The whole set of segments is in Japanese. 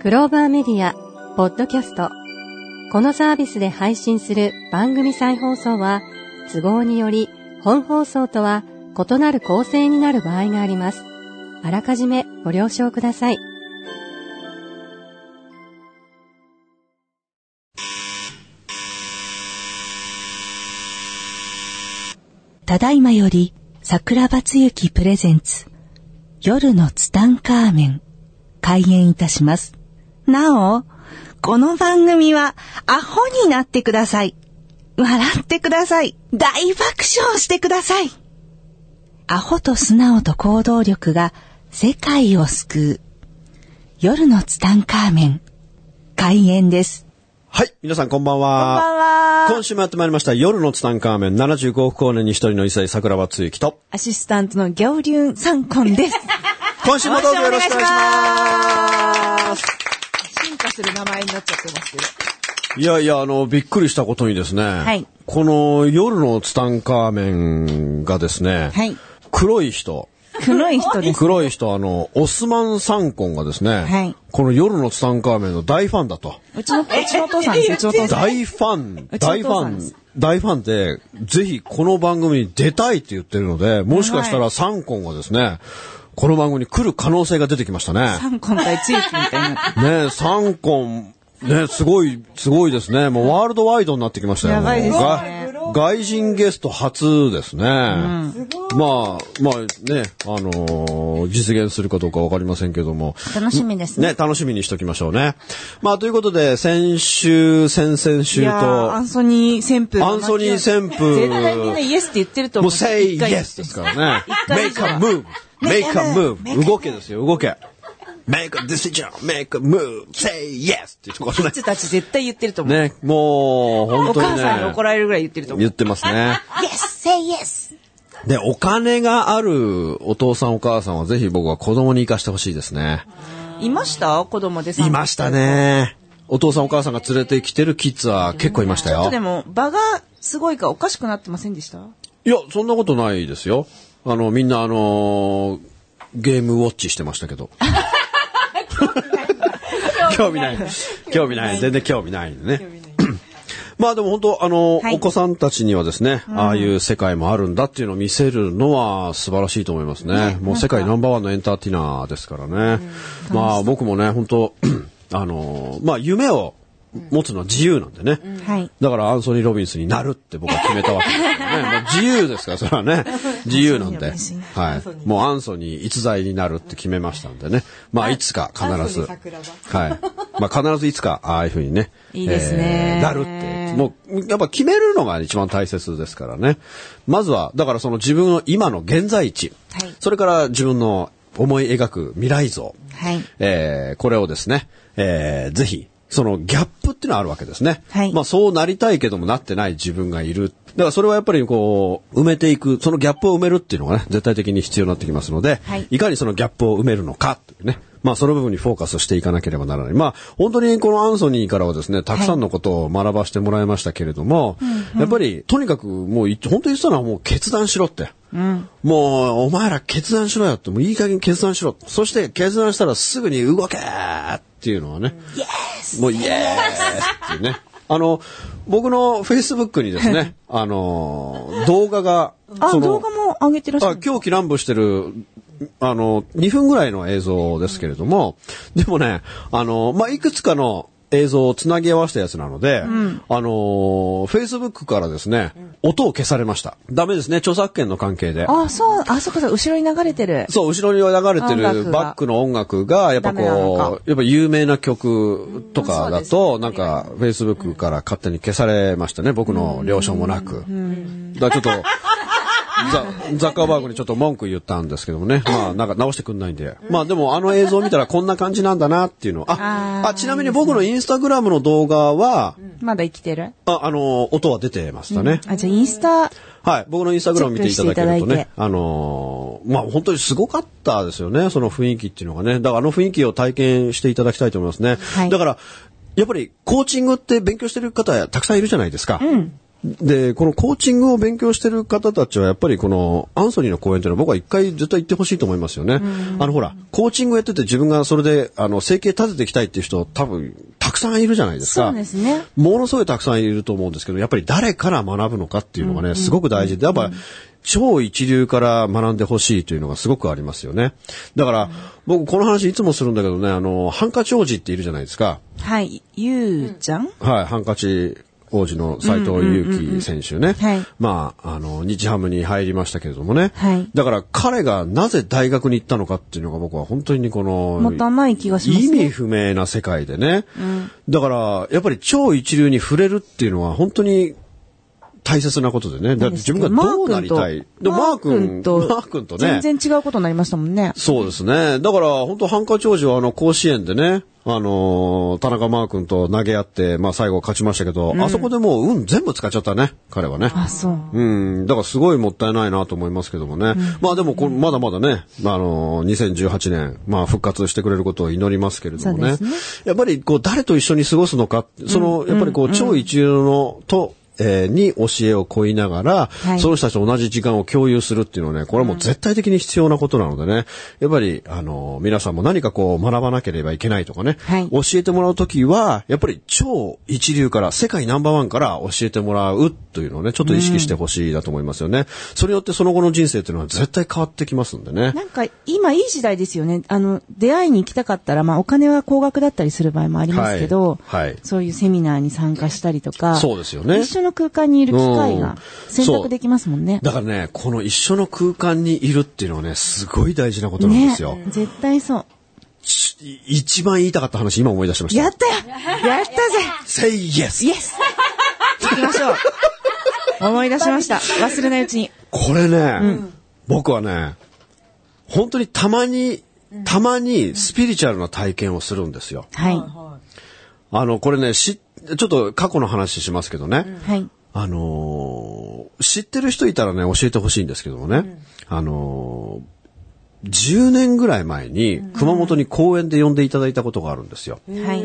クローバーメディア、ポッドキャスト。このサービスで配信する番組再放送は、都合により本放送とは異なる構成になる場合があります。あらかじめご了承ください。ただいまより、桜庭つゆきプレゼンツ、夜のツタンカーメン、開演いたします。なお、この番組は、アホになってください。笑ってください。大爆笑してください。アホと素直と行動力が世界を救う。夜のツタンカーメン、開演です。はい、皆さんこんばんは。こんばんは今週もやってまいりました、夜のツタンカーメン75億光年に一人の一切桜庭つゆきと、アシスタントのギャオリュンサンコンです。今週もどうぞよろしくお願いします。進化する名前になっちゃってますけど。いやいや、あの、びっくりしたことにですね、いこの夜のツタンカーメンがですね、はい黒い人、黒い人 です。黒い人、あの、オスマン・サンコンがですね、はいこの夜のツタンカーメンの大ファンだと。うちの、うちのお父さんです。うちのお父さん。大ファン、うちの大おフ父さァんですン、大ファンで、ぜひこの番組に出たいって言ってるので、もしかしたらサンコンがですね、この番組に来る可能性が出てきましたね。三コン対地域みたいな。ねえサンコン、ねえすごい、すごいですね。もうワールドワイドになってきましたよ。やばいですねが外人ゲスト初ですね。まあ、まあね、あのー実現するかどうかわかりませんけども。楽しみですね。ね、楽しみにしときましょうね。まあ、ということで、先週、先々週いと、やーアンソニー旋風。アンソニー旋絶対みんな風。イエスって言ってると思もう。う say 一回 yes です からね。回 make a move, make a move. 動けですよ、動け。make a decision, make a move, say yes っていうところキッズたち絶対言ってると思う。ね。ね、もう、お本当母にさんに怒ね。られるぐらい言ってると思う。言ってますね。 Yes, say yes! で、お金があるお父さんお母さんはぜひ僕は子供に生かしてほしいですね。いました子供でさ。いました。ね。お父さんお母さんが連れてきてるキッズは結構いましたちょっとよで。も、場がすごいからおかしくなってませんでしたいや、そんなことないですよ。あの、みんなあのーゲームウォッチしてましたけ ど。興味ない。興味ない。全然興味ないね。 まあでも本当、あのー、はいお子さんたちにはですね、ああいう世界もあるんだっていうのを見せるのは素晴らしいと思いますね。もう世界ナンバーワンのエンターテイナーですからね。まあ僕もね、本当、 あのー、まあ夢を持つのは自由なんでね。はい。だからアンソニー・ロビンスになるって僕は決めたわけですからね。もう自由ですから、それはね。自由なんでアンソニーロビンスにな。はい。もうアンソニー逸材になるって決めましたんでね。まあ、いつか必ず。はい。まあ、必ずいつか、ああいうふうにね。いいですねえーなるって。もう、やっぱ決めるのが一番大切ですからね。まずは、だからその自分の今の現在地。はいそれから自分の思い描く未来像。はい。えーこれをですね、えーぜひ、そのギャップっていうのはあるわけですね。はいまあそうなりたいけどもなってない自分がいる。だからそれはやっぱりこう、埋めていく、そのギャップを埋めるっていうのがね、絶対的に必要になってきますので、はいかにそのギャップを埋めるのかというね。まあその部分にフォーカスしていかなければならない。まあ本当にこのアンソニーからはですね、たくさんのことを学ばせてもらいましたけれども、やっぱりとにかくもうい本当に言ってたのはもう決断しろって。もう、お前ら決断しろよって、もういい加減決断しろ。そして決断したらすぐに動けっていうのはね。もう、イエーイっていうね。あの、僕の Facebook にです ね、あの、動画が、あ、その動画も上げてらっしゃある。狂気乱舞してる、あの、2分ぐらいの映像ですけれども、でもね、あの、まあ、いくつかの映像をつなぎ合わせたやつなので、あの、Facebook からですね、音を消されました。ダメですね、著作権の関係で。あ、そう、あ、そこさ、後ろに流れてる。そう、後ろに流れて音楽るがバックの音楽が、やっぱダメなのこかう、やっぱ有名な曲とかだそと、なんか、Facebook から勝手に消されましたね、僕の了承もなく。だからちょっと、 ザザッカーバーグにちょっと文句言ったんですけどもね。まあ、なんか直してくんないんで。まあでもあの映像を見たらこんな感じなんだなっていうのは。あ、あちなみに僕のインスタグラムの動画は、まだ生きてるあ、あの、音は出てましたね。あ、じゃあインスタ、はい。僕のインスタグラム見ていただけるチとェックしていただいねて、あのーまあ、本当にすごかったですよね、その雰囲気っていうのがね。だからあの雰囲気を体験していただきたいと思いますね。はいだから、やっぱりコーチングって勉強してる方たくさんいるじゃないですか。で、このコーチングを勉強してる方たちは、やっぱりこのアンソニーの講演というのは僕は一回絶対行ってほしいと思いますよね。あのほら、コーチングやってて自分がそれで、あの、生計立てていきたいっていう人多分、たくさんいるじゃないですか。そうですね。ものすごいたくさんいると思うんですけど、やっぱり誰から学ぶのかっていうのがね、すごく大事で、やっぱ超一流から学んでほしいというのがすごくありますよね。だから、僕この話いつもするんだけどね、あの、ハンカチ王子っているじゃないですか。はい。ゆうちゃん、はい、ハンカチ王子の斎藤佑樹選手ねはい。まあ、あの、日ハムに入りましたけれどもね。はいだから彼がなぜ大学に行ったのかっていうのが僕は本当にこの、もったいない気がしますね意味不明な世界でね。だから、やっぱり超一流に触れるっていうのは本当に大切なことでね。だって自分がどうなりたい。マでマーー君君と、と、マー君とね。全然違うことになりましたもんね。そうですね。だから、本当ハンカチ王子は、あの、甲子園でね、あのー田中マー君と投げ合って、まあ、最後勝ちましたけど、あそこでもう、運全部使っちゃったね、彼はね。あ、そう。うん、だからすごいもったいないなと思いますけどもね。まあでもこ、まだまだね、まあ、あのー、2018年、まあ復活してくれることを祈りますけれどもね。そうでやっぱりこう、誰と一緒に過ごすのか、その、やっぱりこう、超一流の、と、えーに教えを乞いながら、はいその人たちと同じ時間を共有するっていうのはね、これはもう絶対的に必要なことなのでね、やっぱり、あのー、皆さんも何かこう、学ばなければいけないとかね、はい教えてもらうときは、やっぱり超一流から、世界ナンバーワンから教えてもらうというのをね、ちょっと意識してほしいなと思いますよね。それによってその後の人生っていうのは絶対変わってきますんでね。なんか、今いい時代ですよね。あの、出会いに行きたかったら、まあ、お金は高額だったりする場合もありますけど、はいはいそういうセミナーに参加したりとか、そうですよね一緒の空間にいる機会うがん選択できますもんね。だからね、この一緒の空間にいるっていうのはね、すごい大事なことなんですよ。ね絶対そう。ち一番言いたかった話、今思い出しました。やったよやったぜ Say yes! イエス行きましょう思い出しました。忘れないうちに。これね、僕はね、本当にたまに、たまにスピリチュアルな体験をするんですよ。はあの、これね、し、ちょっと過去の話しますけどね。い。はい。あのー知ってる人いたらね、教えてほしいんですけどもね。あのー10年ぐらい前に熊本に公演で呼んでいただいたことがあるんですよ。はい。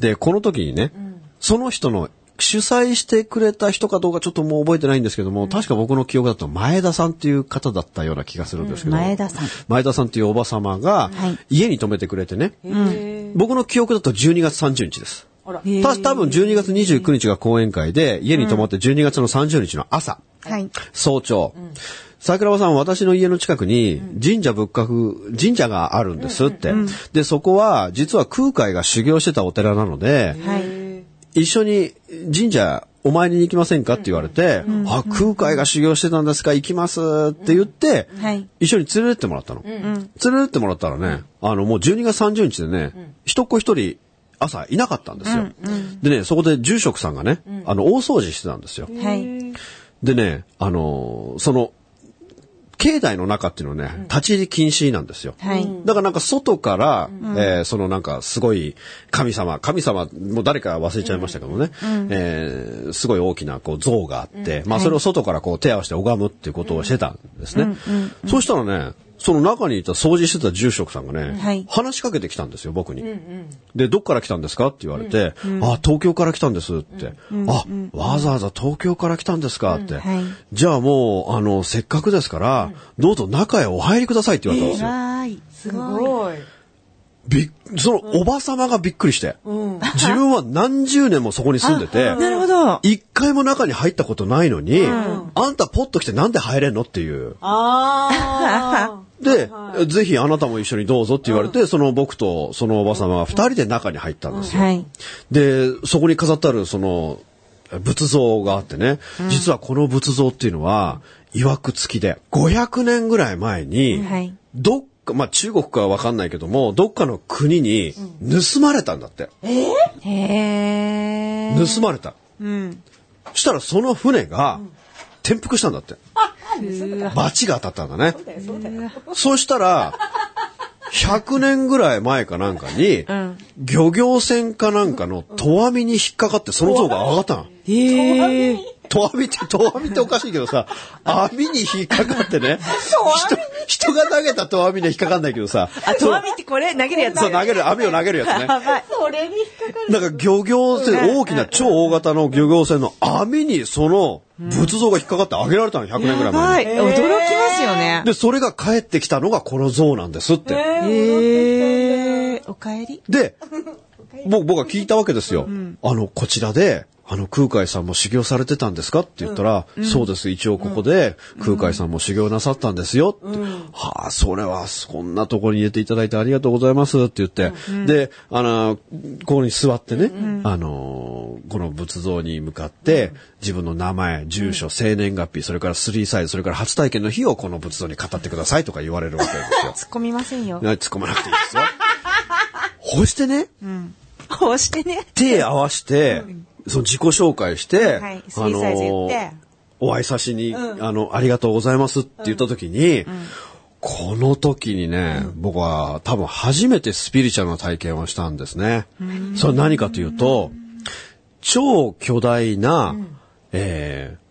で、この時にね、その人の主催してくれた人かどうかちょっともう覚えてないんですけども、確か僕の記憶だと前田さんっていう方だったような気がするんですけど、前田さん。前田さんっていうおば様がはい家に泊めてくれてね、僕の記憶だと12月30日です。た多分12月29日が講演会で、家に泊まって12月の30日の朝、はい。早朝、桜庭さん、私の家の近くに神社仏閣、神社があるんですって。で、そこは実は空海が修行してたお寺なので、はい。一緒に神社お参りに行きませんかって言われて、あ、空海が修行してたんですか行きますって言って、はい。一緒に連れてってもらったの。連れてってもらったらね、あの、もう12月30日でね、一っ子一人朝いなかったんですよ。でね、そこで住職さんがね、あの、大掃除してたんですよ。はい。でね、あのーその、境内の中っていうのはね、立ち入り禁止なんですよ。はいだからなんか外から、えーそのなんかすごい神様、神様、もう誰か忘れちゃいましたけどね、えーすごい大きなこう像があって、まあそれを外からこう手を合わせて拝むっていうことをしてたんですね。そうしたらね、その中にいた掃除してた住職さんがね、はい話しかけてきたんですよ、僕に。で、どっから来たんですかって言われて、あ、東京から来たんですって、あ、わざわざ東京から来たんですかって、はいじゃあもう、あの、せっかくですから、どうぞ中へお入りくださいって言われたんですよ。わーい。すごい。ごい。びっそのおばさまがびっくりして、自分は何十年もそこに住んでて、なるほど。一回も中に入ったことないのに、あんたポッと来てなんで入れんのっていう。あで、ぜひあなたも一緒にどうぞって言われて、その僕とそのおばさまが二人で中に入ったんですよ。はい。で、そこに飾ってあるその仏像があってね、実はこの仏像っていうのは、曰く付きで、500年ぐらい前にはい、どっか、まあ中国かはわかんないけども、どっかの国に盗まれたんだって。へー。盗まれた。うん。したらその船が転覆したんだって。罰が当たったんだね。あ。そうだよ。そうしたら、100年ぐらい前かなんかに、ん漁業船かなんかのト網に引っかかってその像が上がったの。ええ。ト網って、ト網っておかしいけどさ、網に引っかかってね。人人が投げたと網には引っかかんないけどさ。あ、とわみってこれ投げるやつそう、投げる、網を投げるやつね。やばい。それに引っかかる。なんか漁業船、大きな超大型の漁業船の網にその仏像が引っかかってあげられたの、100年ぐらはい前い。に。驚きますよね。で、それが帰ってきたのがこの像なんですって。えー、おかえり。 で、僕僕は聞いたわけですよ。あの、こちらで、あの、空海さんも修行されてたんですかって言ったら、そうです、一応ここで空海さんも修行なさったんですよ。ってはあ、それは、こんなところに入れていただいてありがとうございますって言って、で、あの、ここに座ってね、あの、この仏像に向かって、自分の名前、住所、生年月日、それからスリーサイズ、それから初体験の日をこの仏像に語ってくださいとか言われるわけです よ。突っ込みませんよ。突っ込まなくていいですよ。 こうしてね、こうしてね。手合わせて、その自己紹介して、はいスリーサイズ言ってお挨拶に、あの、ありがとうございますって言った時に、この時にね、僕は多分初めてスピリチュアルな体験をしたんですね。それは何かというと、超巨大な、えー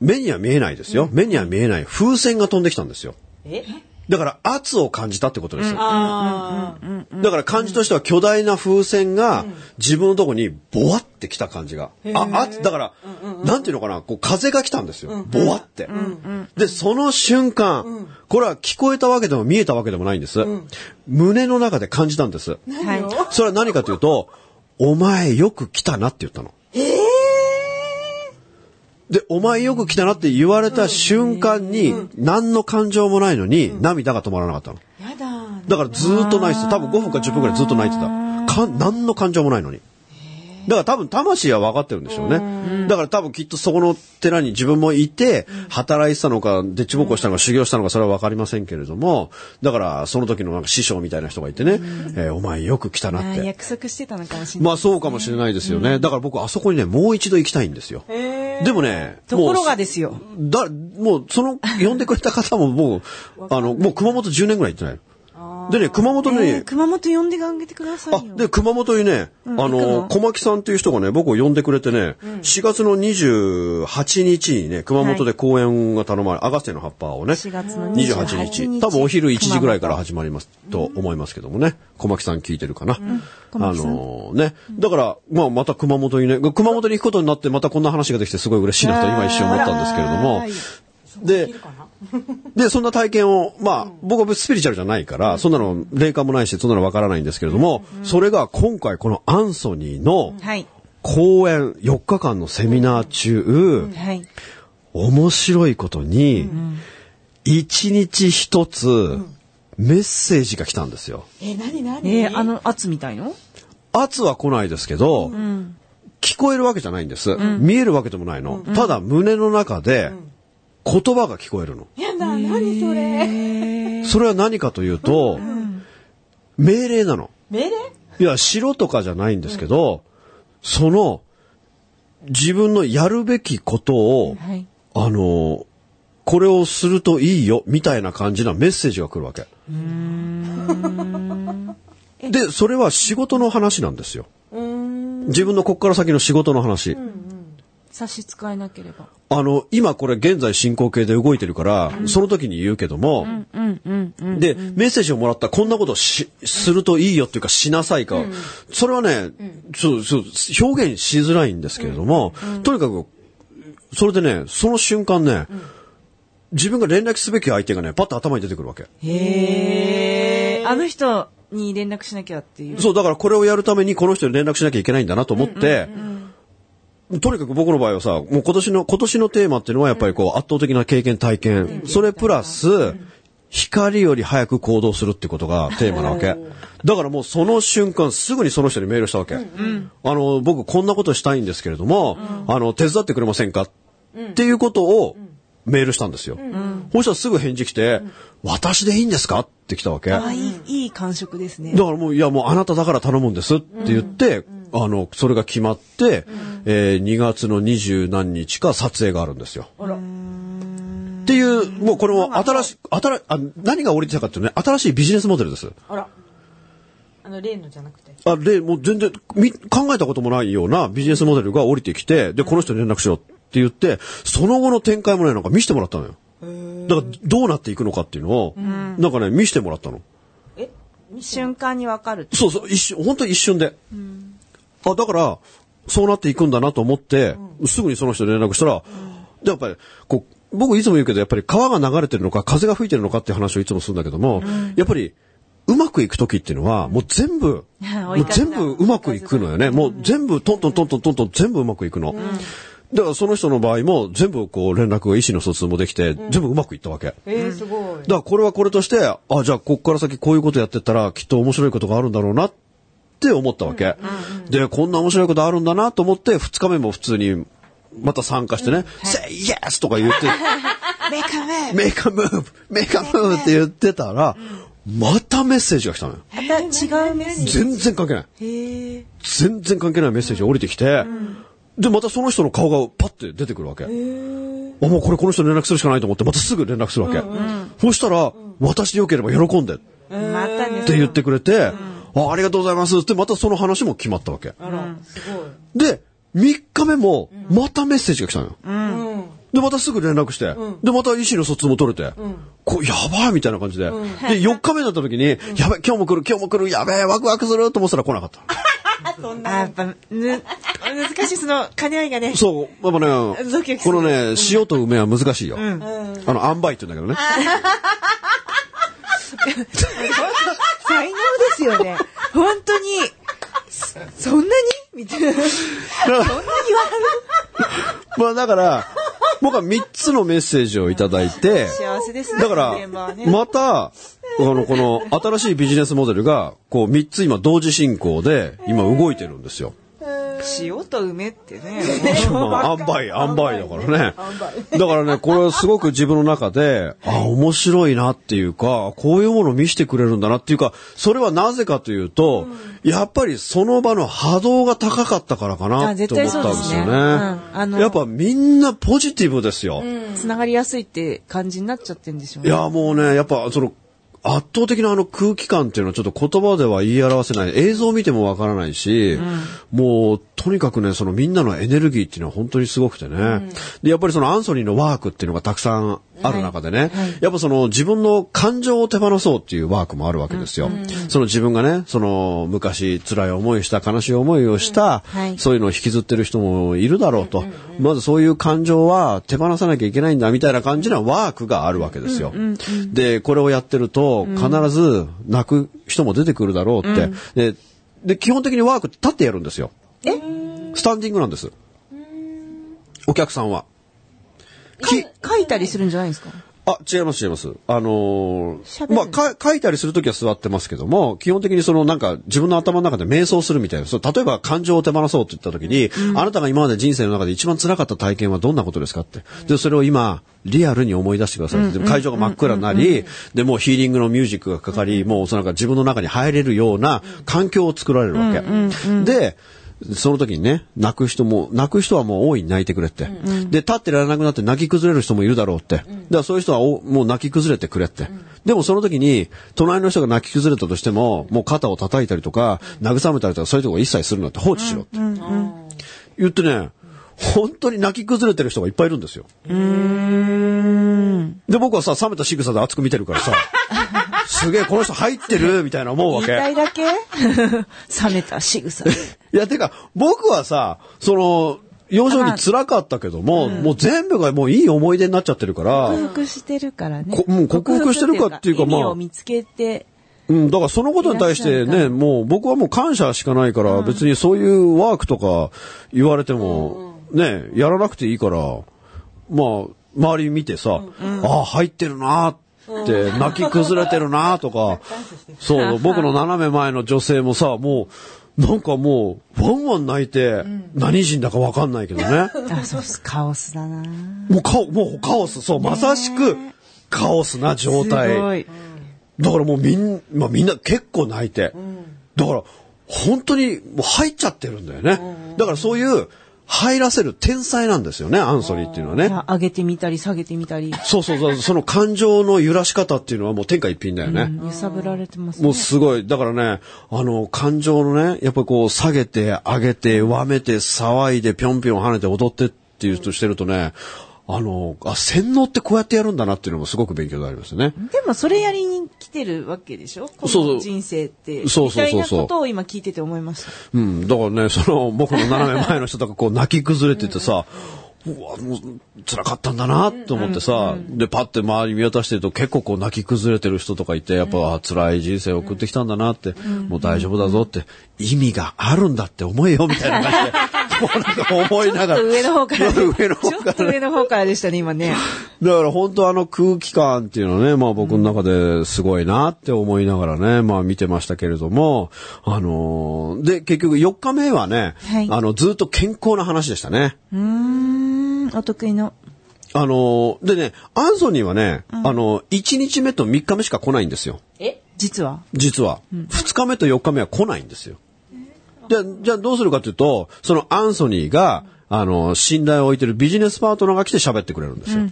目には見えないですよ。目には見えない風船が飛んできたんですよ。えだから圧を感じたってことですよ。 あーだから感じとしては巨大な風船が自分のとこにボワってきた感じが。あ、あ、だから、なんていうのかな、こう風が来たんですよ。ボワって。で、その瞬間、これは聞こえたわけでも見えたわけでもないんです。胸の中で感じたんです。はい。それは何かというと、お前よく来たなって言ったの。で、お前よく来たなって言われた瞬間に、何の感情もないのに、涙が止まらなかったの。やだー。だからずーっと泣いてた。多分5分か10分くらいずっと泣いてた。か、何の感情もないのに。だから多分魂は分かってるんでしょうね。だから多分きっとそこの寺に自分もいて、働いてたのか、でっちぼこしたのか、修行したのか、それは分かりませんけれども、だからその時のなんか師匠みたいな人がいてね、えーお前よく来たあなっーて。約束してたのかもしれない。まあそうかもしれないですよね。だから僕あそこにね、もう一度行きたいんですよ。でもね、ところもがうですよ。だ、もう、その、呼んでくれた方もも う、あの、もう熊本10年ぐらい行ってないの。でね、熊本に、えー熊本呼んであげてくださあい、よ。で、熊本にね、あ行の、く小牧さんという人がね、僕を呼んでくれてね、4月の28日にね、熊本で講演が頼まれ、アガセの葉っぱをね、 4月の28 28日、日多分お昼1時ぐらいから熊始まります、と思いますけどもね、小牧さん聞いてるかな。小あ牧さんのね、だから、まあまた熊本にね、熊本に行くことになって、またこんな話ができてすごい嬉しいなと今一瞬思ったんですけれどもはい、で、で、そんな体験を、まあ、僕はスピリチュアルじゃないから、そんなの霊感もないし、そんなのわからないんですけれども、それが今回このアンソニーのはい。講演4日間のセミナー中、はい。面白いことに、1日1つメッセージが来たんですよ。え、なになにえー、あの、圧みたいの圧は来ないですけど、聞こえるわけじゃないんです。見えるわけでもないの。ただ胸の中で言葉が聞こえるの。やだ、なにそれ。それは何かというと、命令なの。命令いや、白とかじゃないんですけど、その、自分のやるべきことを、はい。あの、これをするといいよ、みたいな感じなメッセージが来るわけ。で、それは仕事の話なんですよ。自分のこっから先の仕事の話。差し支えなければ。あの、今これ現在進行形で動いてるから、その時に言うけども、で、メッセージをもらったこんなことし、するといいよっていうかしなさいか、それはね、そう、そう、表現しづらいんですけれども、とにかく、それでね、その瞬間ね、自分が連絡すべき相手がね、パッと頭に出てくるわけ。へー。あの人に連絡しなきゃっていう。そう、だからこれをやるためにこの人に連絡しなきゃいけないんだなと思って、とにかく僕の場合はさ、もう今年の、今年のテーマっていうのはやっぱりこう圧倒的な経験体験。それプラス、光より早く行動するってことがテーマなわけ。だからもうその瞬間すぐにその人にメールしたわけ。あの、僕こんなことしたいんですけれども、あの、手伝ってくれませんかっていうことをメールしたんですよ。そしたらすぐ返事来て、私でいいんですかって来たわけ。あ、いい、いい感触ですね。だからもう、いやもうあなただから頼むんですって言って、あの、それが決まって、えー2月の二十何日か撮影があるんですよ。らっていう、もうこれも新しい、新しあ何が降りてたかっていうとね、新しいビジネスモデルです。あら。あの、例のじゃなくて。あで、もう全然み考えたこともないようなビジネスモデルが降りてきて、で、この人に連絡しろって言って、その後の展開もね、なんか見せてもらったのよ。へーだからどうなっていくのかっていうのを、なんかね、見せてもらったの。えミシュン瞬間にわかる。そうそう、一瞬、本当に一瞬で。あ、だから、そうなっていくんだなと思って、すぐにその人に連絡したら、で、やっぱり、こう、僕いつも言うけど、やっぱり川が流れてるのか、風が吹いてるのかっていう話をいつもするんだけども、やっぱり、うまくいく時っていうのは、もう全 部、もう全部うまくいくのよね。もう全部、トントントントントントン全部うまくいくの。だからその人の場合も、全部こう連絡が意思の疎通もできて、全部うまくいったわけ。えー、すごいだ。からこれはこれとして、あ、じゃあこっから先こういうことやってったらきっと面白いことがあるんだろうなって思ったわけ。で、こんな面白いことあるんだなと思って、二日目も普通にまた参加してね、Say yes! とか言って、 メカメ Make a move! Make a move! って言ってたら、またメッセージが来たのよ。また違うメッセージ。全然関係ない。へえ。全然関係ないメッセージが降りてきて、で、またその人の顔がパッて出てくるわけ。あ、もうこれこの人に連絡するしかないと思って、またすぐ連絡するわけ。そしたら、私でよければ喜んで。またねっ。て言ってくれて、あありがとうございますって、またその話も決まったわけ。あら、すごい。で、3日目も、またメッセージが来たのよ。うん。で、またすぐ連絡して、で、また意思の疎通も取れて、こう、やばいみたいな感じで、で、4日目になった時に、やばい、今日も来る、今日も来る、やべえ、ワクワクすると思ってたら来なかった。あやっぱ、ぬ、難しい、その、兼ね合いがね。そう、やっドぱキドね、キすこるのね、塩と梅は難しいよ。あの、塩梅って言うんだけどね。才能ですよ ね。本当に、そそんなにみたいな。 まあだから、僕は3つのメッセージをいただいて、 幸せですね。だか現場はら、ねまた、あの、この新しいビジネスモデルが、こう、3つ今同時進行で、今動いてるんですよ。塩と梅ってね。 まあ、塩梅、塩梅だからね。だからね、これはすごく自分の中 で、あ、面白いなっていうか、こういうものを見せてくれるんだなっていうか、それはなぜかというと、やっぱりその場の波動が高かったからかなあって絶思対ったそうんでですすねようんあね。のやっぱみんなポジティブですよ。つながりやすいって感じになっちゃってんでしょういね。や、もうね、やっぱ、その、圧倒的なあの空気感っていうのはちょっと言葉では言い表せない。映像を見てもわからないし、もう、とにかくね、そのみんなのエネルギーっていうのは本当にすごくてね。で、やっぱりそのアンソニーのワークっていうのがたくさんある中でね、やっぱその自分の感情を手放そうっていうワークもあるわけですよ。その自分がね、その昔辛い思いした、悲しい思いをした、はいそういうのを引きずってる人もいるだろうと、まずそういう感情は手放さなきゃいけないんだみたいな感じなワークがあるわけですよ。で、これをやってると必ず泣く人も出てくるだろうって、でで、基本的にワークって立ってやるんですよ。スタンディングなんです。お客さんは。き書いたりするんじゃないんですかあ、違います、違います。あのーまあか、書いたりするときは座ってますけども、基本的にそのなんか自分の頭の中で瞑想するみたいな、その例えば感情を手放そうと言ったときに、あなたが今まで人生の中で一番辛かった体験はどんなことですかって。で、それを今、リアルに思い出してください。で会場が真っ暗になり、で、もうヒーリングのミュージックがかかり、もうそのなんか自分の中に入れるような環境を作られるわけ。で、その時にね、泣く人も、泣く人はもう大いに泣いてくれって。で、立ってられなくなって泣き崩れる人もいるだろうって。だからそういう人はおもう泣き崩れてくれって。でもその時に、隣の人が泣き崩れたとしても、もう肩を叩いたりとか、慰めたりとか、そういうところ一切するなって放置しろって。言ってね、本当に泣き崩れてる人がいっぱいいるんですよ。で、僕はさ、冷めた仕草で熱く見てるから さ、すげえ、この人入ってるみたいな思うわけ。痛いだけ冷めた仕 草で。いや、てか、僕はさ、その、幼少に辛かったけども、もう全部がもういい思い出になっちゃってるから、克服してるからねこ。もう克服してるかっていうか克服まあ意味を見つけて、うん、だからそのことに対していらっしゃね、もう僕はもう感謝しかないから、別にそういうワークとか言われても、ね、やらなくていいから、まあ、周り見てさ、ああ、入ってるなーって、泣き崩れてるなー とか、そう、僕の斜め前の女性もさ、もう、なんかもう、ワンワン泣いて、何人だかわかんないけどね。あ、そうっす、カオスだなもうカオ、もうカオス、そう、まさしく、カオスな状すご態。い。だからもうみん、まあみんな結構泣いて。だから、本当にもう入っちゃってるんだよね。だからそういう、入らせる天才なんですよね、アンソニーっていうのはねじ。ゃあ上げてみたり下げてみたり、そうそうそう、その感情の揺らし方っていうのはもう天下一品だよね。揺さぶられてますね。もうすごい。だからね、あの、感情のね、やっぱりこう、下げて、上げて、わめて、騒いで、ぴょんぴょん跳ねて、踊ってっていうとしてるとね、あの、あ、洗脳ってこうやってやるんだなっていうのもすごく勉強になりましたね。でもそれやりに来てるわけでしょこそうそうの人生って。そうそうそうそうみたいなことを今聞いてて思いました。うん。だからね、その、僕の斜め前の人とかこう泣き崩れててさ、うわ、もう、辛かったんだなと思ってさ、で、パッて周り見渡してると結構こう泣き崩れてる人とかいて、やっぱ、あ辛い人生を送ってきたんだなって、もう大丈夫だぞって、意味があるんだって思えよ、みたいな 感じで。もうなんか思いながら。上の方から、そう 上の方ちょかっらと上の方からでしたね、今ね。だから本当あの空気感っていうのはね、まあ僕の中ですごいなって思いながらね、まあ見てましたけれども、あのーで、結局4日目はね、はいあの、ずっと健康な話でしたね。うーん、お得意の。あのーでね、アンソニーはね、あの1日目と3日目しか来ないんですよ。 え実は実は。2日目と4日目は来ないんですよ。じゃあ、じゃあどうするかというと、そのアンソニーが、あの、信頼を置いてるビジネスパートナーが来て喋ってくれるんですよ。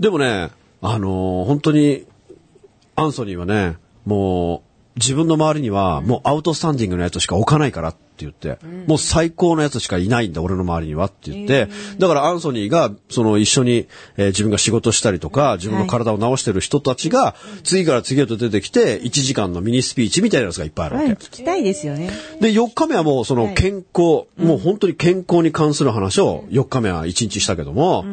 でもね、あのー本当に、アンソニーはね、もう、自分の周りには、もうアウトスタンディングのやつしか置かないからって言って、もう最高のやつしかいないんだ、俺の周りにはって言って、だからアンソニーが、その一緒に、えー自分が仕事したりとか、自分の体を治してる人たちが、次から次へと出てきて、1時間のミニスピーチみたいなやつがいっぱいあるわ前けに。聞きたいですよね。で、4日目はもうその健康、もう本当に健康に関する話を4日目は1日したけども、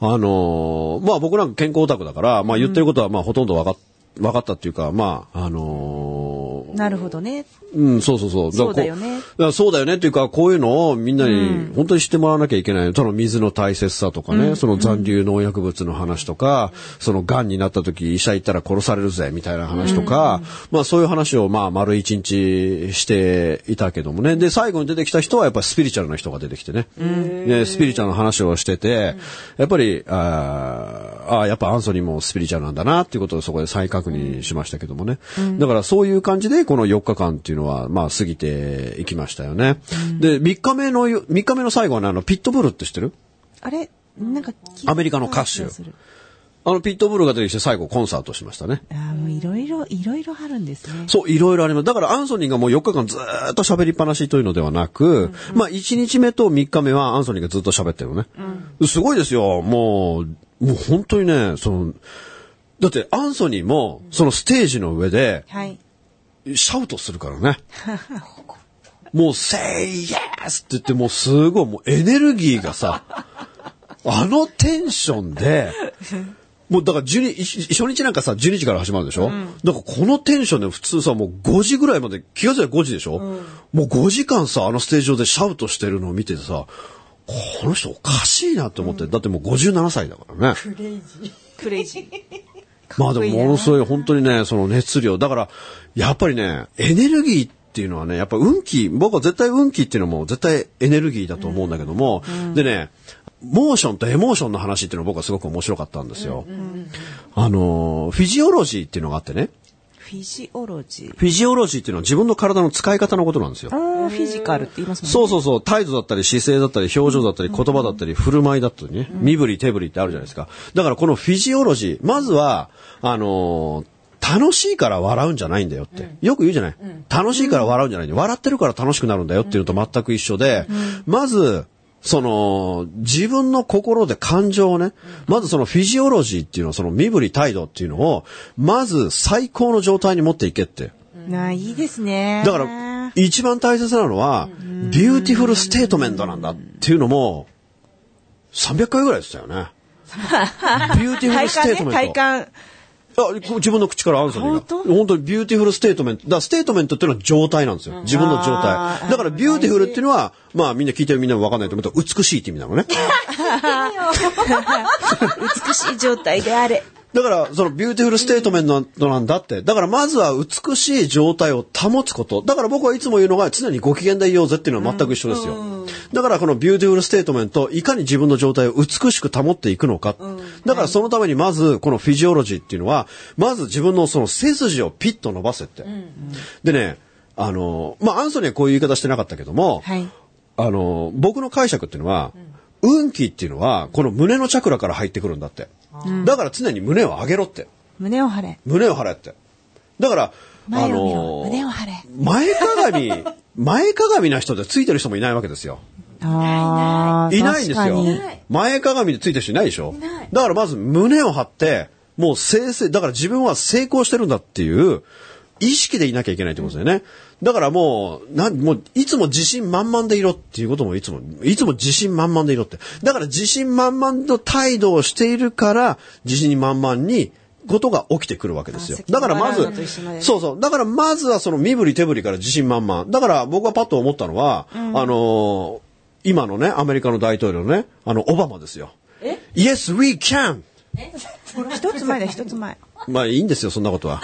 あのーまあ僕なんか健康オタクだから、まあ言ってることはまあほとんどわかっわかったっていうか、まあ、あのーなるほどね。うん、そうそうそう。そうだよからこねだからそうだよねっていうか、こういうのをみんなに本当に知ってもらわなきゃいけない。その水の大切さとかね、その残留農薬物の話とか、その癌になった時医者行ったら殺されるぜみたいな話とか、まあそういう話をまあ丸一日していたけどもね。で、最後に出てきた人はやっぱりスピリチュアルな人が出てきてね。ねスピリチュアルの話をしてて、やっぱり、あーあー、やっぱアンソニーもスピリチュアルなんだなっていうことをそこで再確認しましたけどもね。だからそういう感じでこの4日間っていうのは、まあ過ぎていきましたよね。で、3日目のよ、3日目の最後はね、あの、ピットブルって知ってるあれなんか聞いたアメリカの歌手気がするあの、ピットブルが出てきて最後コンサートしましたね。ああ、もういろいろ、いろいろあるんですね。そう、いろいろあります。だからアンソニーがもう4日間ずーっと喋りっぱなしというのではなく、まあ1日目と3日目はアンソニーがずっと喋ってるのね。すごいですよ。もう、もう本当にね、その、だってアンソニーも、そのステージの上で、はい。シャウトするか らね。もう、say yes! って言って、もうすごい、もうエネルギーがさ、あのテンションで、もうだから12一初日なんかさ、12時から始まるでしょ、だからこのテンションで普通さ、もう5時ぐらいまで、気がついたら5時でしょ、もう5時間さ、あのステージ上でシャウトしてるのを見ててさ、この人おかしいなって思って、だってもう57歳だからね。クレイジー。まあでもものすごい本当にね、その熱量。だから、やっぱりね、エネルギーっていうのはね、やっぱ運気、僕は絶対運気っていうのも絶対エネルギーだと思うんだけども、でね、モーションとエモーションの話っていうのは僕はすごく面白かったんですよ。あの、フィジオロジーっていうのがあってね、フィジオロジー。フィジオロジーっていうのは自分の体の使い方のことなんですよあ。あ、フィジカルって言いますもんね。そうそうそう、態度だったり姿勢だったり表情だったり言葉だったり振る舞いだったりね、身振り手振りってあるじゃないですか。だからこのフィジオロジー、まずは、あのー楽しいから笑うんじゃないんだよって。よく言うじゃない、楽しいから笑うんじゃないんだよ。笑ってるから楽しくなるんだよっていうのと全く一緒で、まず、その、自分の心で感情をね、まずそのフィジオロジーっていうのはその身振り態度っていうのを、まず最高の状態に持っていけって。なあ、いいですね。だから、一番大切なのは、ビューティフルステートメントなんだっていうのも、300回ぐらいでしたよね。 ビューティフル体ステー感トね、メン体ト。あ感。自分の口からアンソニーが。本当本当にビューティフルステートメント。だからステートメントっていうのは状態なんですよ。自分の状あ態。ーだからビューティフルっていうのは、まあみんな聞いてるみんなもわかんないと思うけど、美しいって意味なのね。美しい状態であれ。だから、そのビューティフルステートメントなんだって。だから、まずは美しい状態を保つこと。だから僕はいつも言うのが、常にご機嫌でいようぜっていうのは全く一緒ですよ。だから、このビューティフルステートメント、いかに自分の状態を美しく保っていくのか。だから、そのためにまず、このフィジオロジーっていうのは、まず自分のその背筋をピッと伸ばせって。でね、あの、まあ、アンソニーはこういう言い方してなかったけども、はいあの、僕の解釈っていうのは、運気っていうのは、この胸のチャクラから入ってくるんだって。だから常に胸を上げろって。胸を張れ。胸を張れって。だから、あ前を見ろの胸を張れ前かがみ、前かがみな人でついてる人もいないわけですよ。あーいないんですよ確かに。前かがみでついてる人いないでしょないだからまず胸を張って、もう正々、だから自分は成功してるんだっていう意識でいなきゃいけないってことですよね。だからもう、なん、もう、いつも自信満々でいろっていうこともいつも、いつも自信満々でいろって。だから自信満々の態度をしているから、自信満々に、ことが起きてくるわけですよあ。だからまず関わらないのと一緒だよ、ねそうそう。だからまずはその身振り手振りから自信満々。だから僕はパッと思ったのは、あのー今のね、アメリカの大統領のね、あの、オバマですよ。Yes, we can! 一つ前だ、一つ前。まあいいんですよ、そんなことは。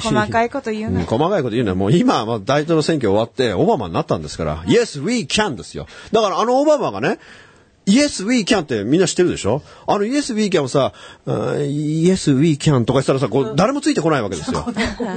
細かいこと言うう。なん細かいこと言うのはもう今、まあ大統領選挙終わってオバマになったんですから、Yes, we can ですよ。だからあのオバマがね、Yes, we can ってみんな知ってるでしょあの Yes, we can をさ、あー Yes, we can とかしたらさ、こう誰もついてこないわけですよ。だから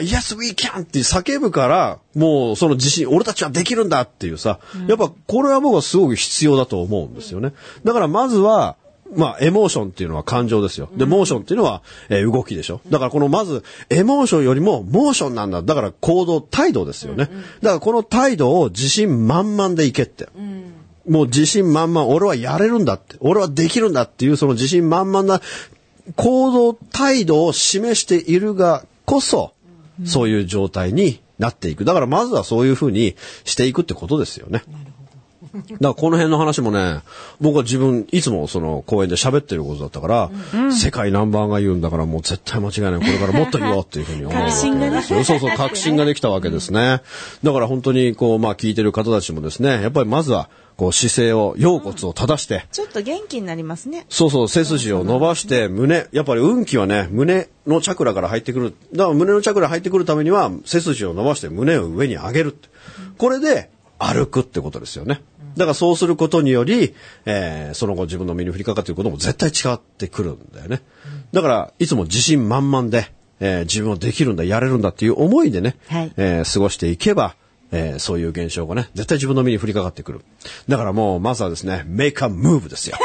Yes, we can って叫ぶから、もうその自信、俺たちはできるんだっていうさ、やっぱこれは僕はすごく必要だと思うんですよね。だからまずは、まあ、エモーションっていうのは感情ですよ。で、モーションっていうのは、えー動きでしょ。だからこのまず、エモーションよりも、モーションなんだ。だから行動、態度ですよね。だからこの態度を自信満々でいけって。もう自信満々、俺はやれるんだって、俺はできるんだっていう、その自信満々な行動、態度を示しているがこそ、そういう状態になっていく。だからまずはそういうふうにしていくってことですよね。だからこの辺の話もね、僕は自分、いつもその公演で喋ってることだったから、世界ナンバーが言うんだからもう絶対間違いない。これからもっと言おうっていうふうに思うわけ ですよ。そうそう、確信ができたわけですね。だから本当にこう、まあ聞いてる方たちもですね、やっぱりまずは、こう姿勢を、腰骨を正して、ちょっと元気になりますね。そうそう、背筋を伸ばして、胸、やっぱり運気はね、胸のチャクラから入ってくる。だから胸のチャクラ入ってくるためには、背筋を伸ばして胸を上に上げるって。これで歩くってことですよね。だからそうすることにより、えーその後自分の身に降りかかっていることも絶対違ってくるんだよね。だから、いつも自信満々で、えー自分はできるんだ、やれるんだっていう思いでね、はいえー過ごしていけば、えーそういう現象がね、絶対自分の身に降りかかってくる。だからもう、まずはですね、make a move ですよ。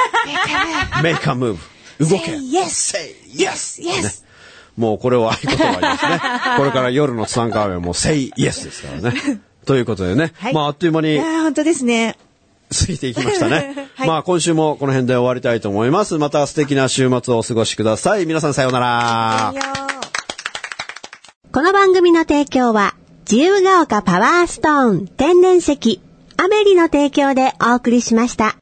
make a move. 動け。 Yes! Say yes! Yes! ねもうこれを合言葉にですね。これから夜のツタンカーメンはもう say yes ですからね。ということでね。はいまああっという間いにやー、本当ですね。過ぎていきましたね。はいまあ今週もこの辺で終わりたいと思います。また素敵な週末をお過ごしください。皆さんさようならい。やーこの番組の提供は、自由が丘パワーストーン天然石、アメリの提供でお送りしました。